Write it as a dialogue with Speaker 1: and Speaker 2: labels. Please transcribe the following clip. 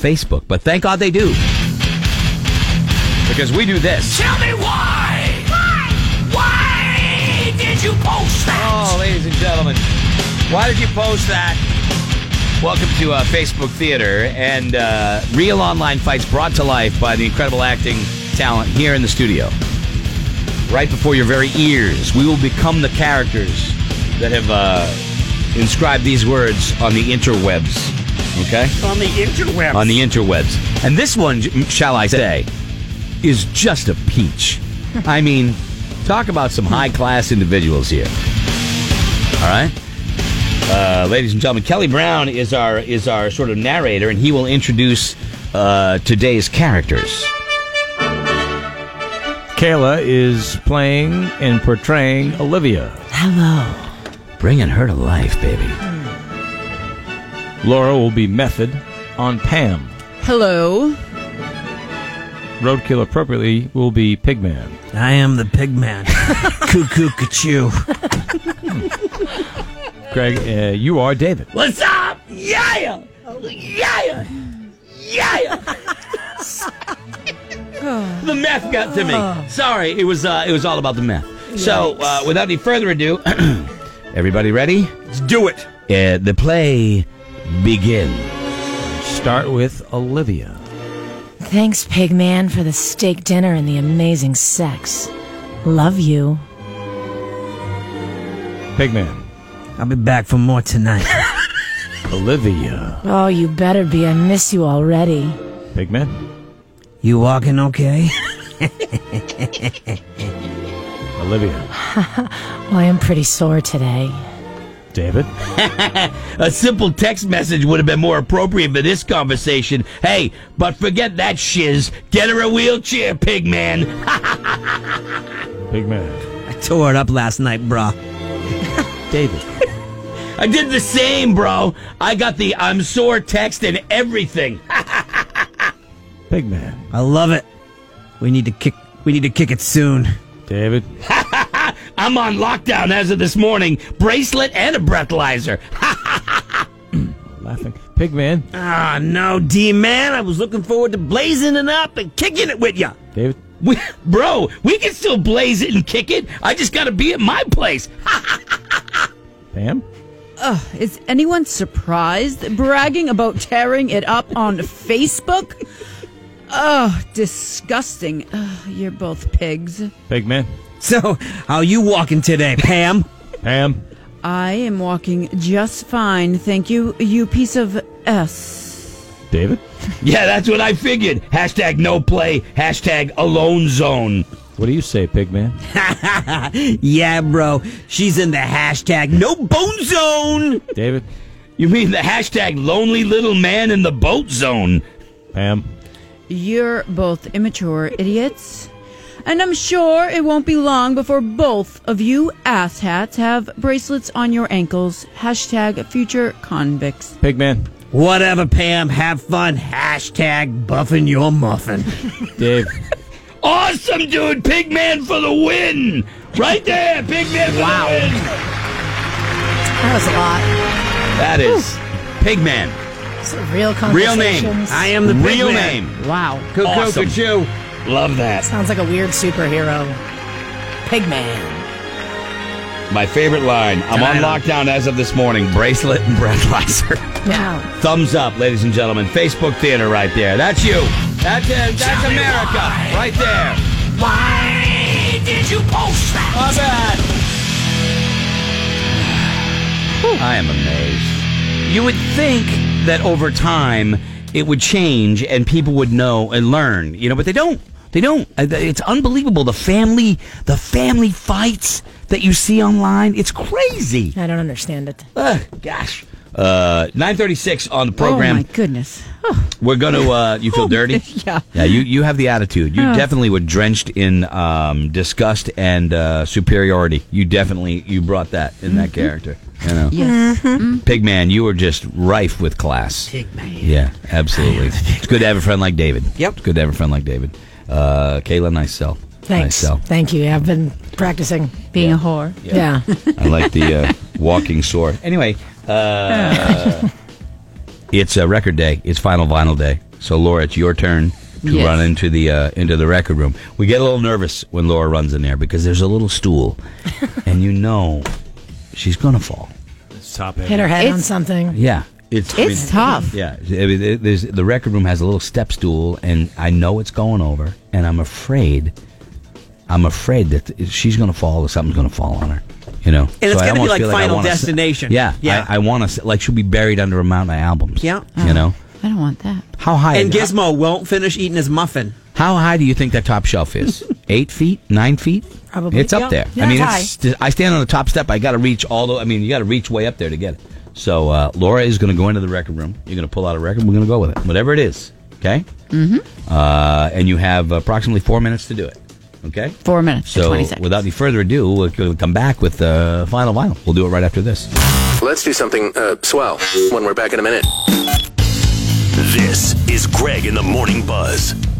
Speaker 1: Facebook, but thank God they do. Because we do this.
Speaker 2: Tell me why. Why? Why did you post that?
Speaker 1: Oh, ladies and gentlemen, why did you post that? Welcome to uh, Facebook Theater and uh, real online fights brought to life by the incredible acting talent here in the studio. Right before your very ears, we will become the characters that have uh, inscribed these words on the interwebs. Okay?
Speaker 2: On the interweb.
Speaker 1: on the interwebs. And this one, shall I say, is just a peach. I mean, talk about some high class individuals here. All right? Uh, ladies and gentlemen, Kelly Brown is our is our sort of narrator, and he will introduce uh, today's characters.
Speaker 3: Kayla is playing and portraying Olivia.
Speaker 4: Hello.
Speaker 1: Bringing her to life, baby.
Speaker 3: Laura will be Method on Pam.
Speaker 4: Hello.
Speaker 3: Roadkill appropriately will be Pigman.
Speaker 5: I am the pig man. Cuckoo, cuckoo.
Speaker 3: Greg, uh, you are David.
Speaker 2: What's up? Yeah. Yeah. Yeah.
Speaker 1: The meth got to me. Sorry, it was uh, it was all about the meth. So, uh, without any further ado, everybody ready?
Speaker 5: Let's do it.
Speaker 1: Uh, the play begins.
Speaker 3: Start with Olivia.
Speaker 4: Thanks, Pigman, for the steak dinner and the amazing sex. Love you.
Speaker 3: Pigman.
Speaker 5: I'll be back for more tonight.
Speaker 3: Olivia.
Speaker 4: Oh, you better be. I miss you already.
Speaker 3: Pigman.
Speaker 5: You walking okay?
Speaker 3: Olivia.
Speaker 4: Well, I am pretty sore today.
Speaker 3: David.
Speaker 1: A simple text message would have been more appropriate for this conversation. Hey, but forget that shiz. Get her a wheelchair, pig man.
Speaker 3: Pigman.
Speaker 5: I tore it up last night, brah.
Speaker 3: David.
Speaker 1: I did the same, bro. I got the I'm sore text and everything.
Speaker 3: Pigman.
Speaker 5: I love it. We need to kick. We need to kick it soon.
Speaker 3: David.
Speaker 1: I'm on lockdown as of this morning. Bracelet and a breathalyzer.
Speaker 3: Laughing. Pigman.
Speaker 5: Ah, no, D man. I was looking forward to blazing it up and kicking it with ya.
Speaker 3: David.
Speaker 1: We, bro, we can still blaze it and kick it. I just gotta be at my place.
Speaker 3: Pam.
Speaker 6: Is anyone surprised bragging about tearing it up on Facebook? Oh, disgusting. Ugh, you're both pigs.
Speaker 3: Pigman.
Speaker 5: So, how you walking today, Pam?
Speaker 3: Pam.
Speaker 6: I am walking just fine, thank you, you piece of S.
Speaker 3: David.
Speaker 1: Yeah, that's what I figured. Hashtag no play. Hashtag alone zone.
Speaker 3: What do you say, Pigman?
Speaker 5: yeah, bro. She's in the hashtag no bone zone.
Speaker 3: David.
Speaker 1: You mean the hashtag lonely little man in the boat zone?
Speaker 3: Pam.
Speaker 6: You're both immature idiots. And I'm sure it won't be long before both of you asshats have bracelets on your ankles. Hashtag future convicts.
Speaker 3: Pigman.
Speaker 5: Whatever, Pam. Have fun. Hashtag buffing your muffin.
Speaker 3: Dave.
Speaker 1: Awesome, dude! Pigman for the win! Right there, Pigman for the win!
Speaker 4: That was a lot.
Speaker 1: That is Pigman.
Speaker 4: It's a real
Speaker 1: Real
Speaker 4: conversation.
Speaker 1: name.
Speaker 5: I am the
Speaker 1: Real
Speaker 5: pig man.
Speaker 1: name.
Speaker 4: Wow.
Speaker 5: Cuckoo,
Speaker 1: Awesome.
Speaker 5: cuckoo.
Speaker 1: Love that.
Speaker 4: Sounds like a weird superhero. Pigman.
Speaker 1: My favorite line. I'm on lockdown as of this morning. Bracelet and breathalyzer.
Speaker 4: Wow.
Speaker 1: Thumbs up, ladies and gentlemen. Facebook Theater right there. That's you. That's it. That's America. Right there.
Speaker 2: Why did you post that?
Speaker 1: Love that. I am amazed. You would think that over time it would change and people would know and learn, you know, but they don't. They don't. Uh, th- It's unbelievable the family, the family fights that you see online. It's crazy.
Speaker 4: I don't understand it.
Speaker 1: Ugh, gosh. Uh, 936 on the program.
Speaker 6: Oh my goodness.
Speaker 1: We're going to. Uh, you feel dirty?
Speaker 6: yeah.
Speaker 1: Yeah. You you have the attitude. You
Speaker 6: Oh.
Speaker 1: definitely were drenched in um, disgust and uh, superiority. You definitely you brought that in that character. You know,
Speaker 6: Yes.
Speaker 4: Mm-hmm.
Speaker 1: Pigman, you were just rife with class. Pigman. Yeah, absolutely. It's good to have a friend like David.
Speaker 5: Yep.
Speaker 1: It's good to have a friend like David. Uh, Kayla, nice sell. Nice
Speaker 4: Thanks.
Speaker 1: sell.
Speaker 4: Thank you. I've been practicing.
Speaker 6: Being a whore.
Speaker 4: Yeah.
Speaker 1: I like the uh, walking sword. Anyway, uh, it's a record day. It's final vinyl day. So Laura, it's your turn to
Speaker 6: Yes.
Speaker 1: run into the uh, into the record room. We get a little nervous when Laura runs in there because there's a little stool, and you know she's gonna fall.
Speaker 7: Top heavy.
Speaker 4: Hit her head on
Speaker 6: It's-
Speaker 4: something.
Speaker 1: Yeah, it's I
Speaker 6: It's
Speaker 1: mean-
Speaker 6: tough.
Speaker 1: Yeah, I mean, it- there's, the record room has a little step stool, and I know it's going over, and I'm afraid, I'm afraid that she's going to fall or something's going to fall on her. You know,
Speaker 5: And it's
Speaker 1: I
Speaker 5: gotta be
Speaker 1: almost
Speaker 5: like
Speaker 1: feel I
Speaker 5: Final
Speaker 1: wanna s-
Speaker 5: Destination.
Speaker 1: yeah,
Speaker 5: Yeah.
Speaker 1: I, I want to like she'll be buried under a mountain of albums.
Speaker 5: Yeah. Uh-huh.
Speaker 1: you know
Speaker 6: I don't want that.
Speaker 1: how high
Speaker 5: And Gizmo won't finish eating his muffin.
Speaker 1: How high do you think that top shelf is? Eight feet? Nine feet?
Speaker 4: Probably.
Speaker 1: It's up
Speaker 4: Yeah.
Speaker 1: there.
Speaker 4: Yeah,
Speaker 1: I mean,
Speaker 4: it's
Speaker 1: it's, I stand on the top step. I got to reach all the. I mean, you got to reach way up there to get it. So uh, Laura is going to go into the record room. You're going to pull out a record. We're going to go with it, whatever it is. Okay. Mm-hmm. Uh, and you have approximately four minutes to do it. Okay.
Speaker 6: Four minutes. to
Speaker 1: So
Speaker 6: 20 seconds.
Speaker 1: without any further ado, we'll we'll come back with uh, final vinyl. We'll do it right after this.
Speaker 8: Let's do something uh, swell when we're back in a minute.
Speaker 9: This is Greg in the Morning Buzz.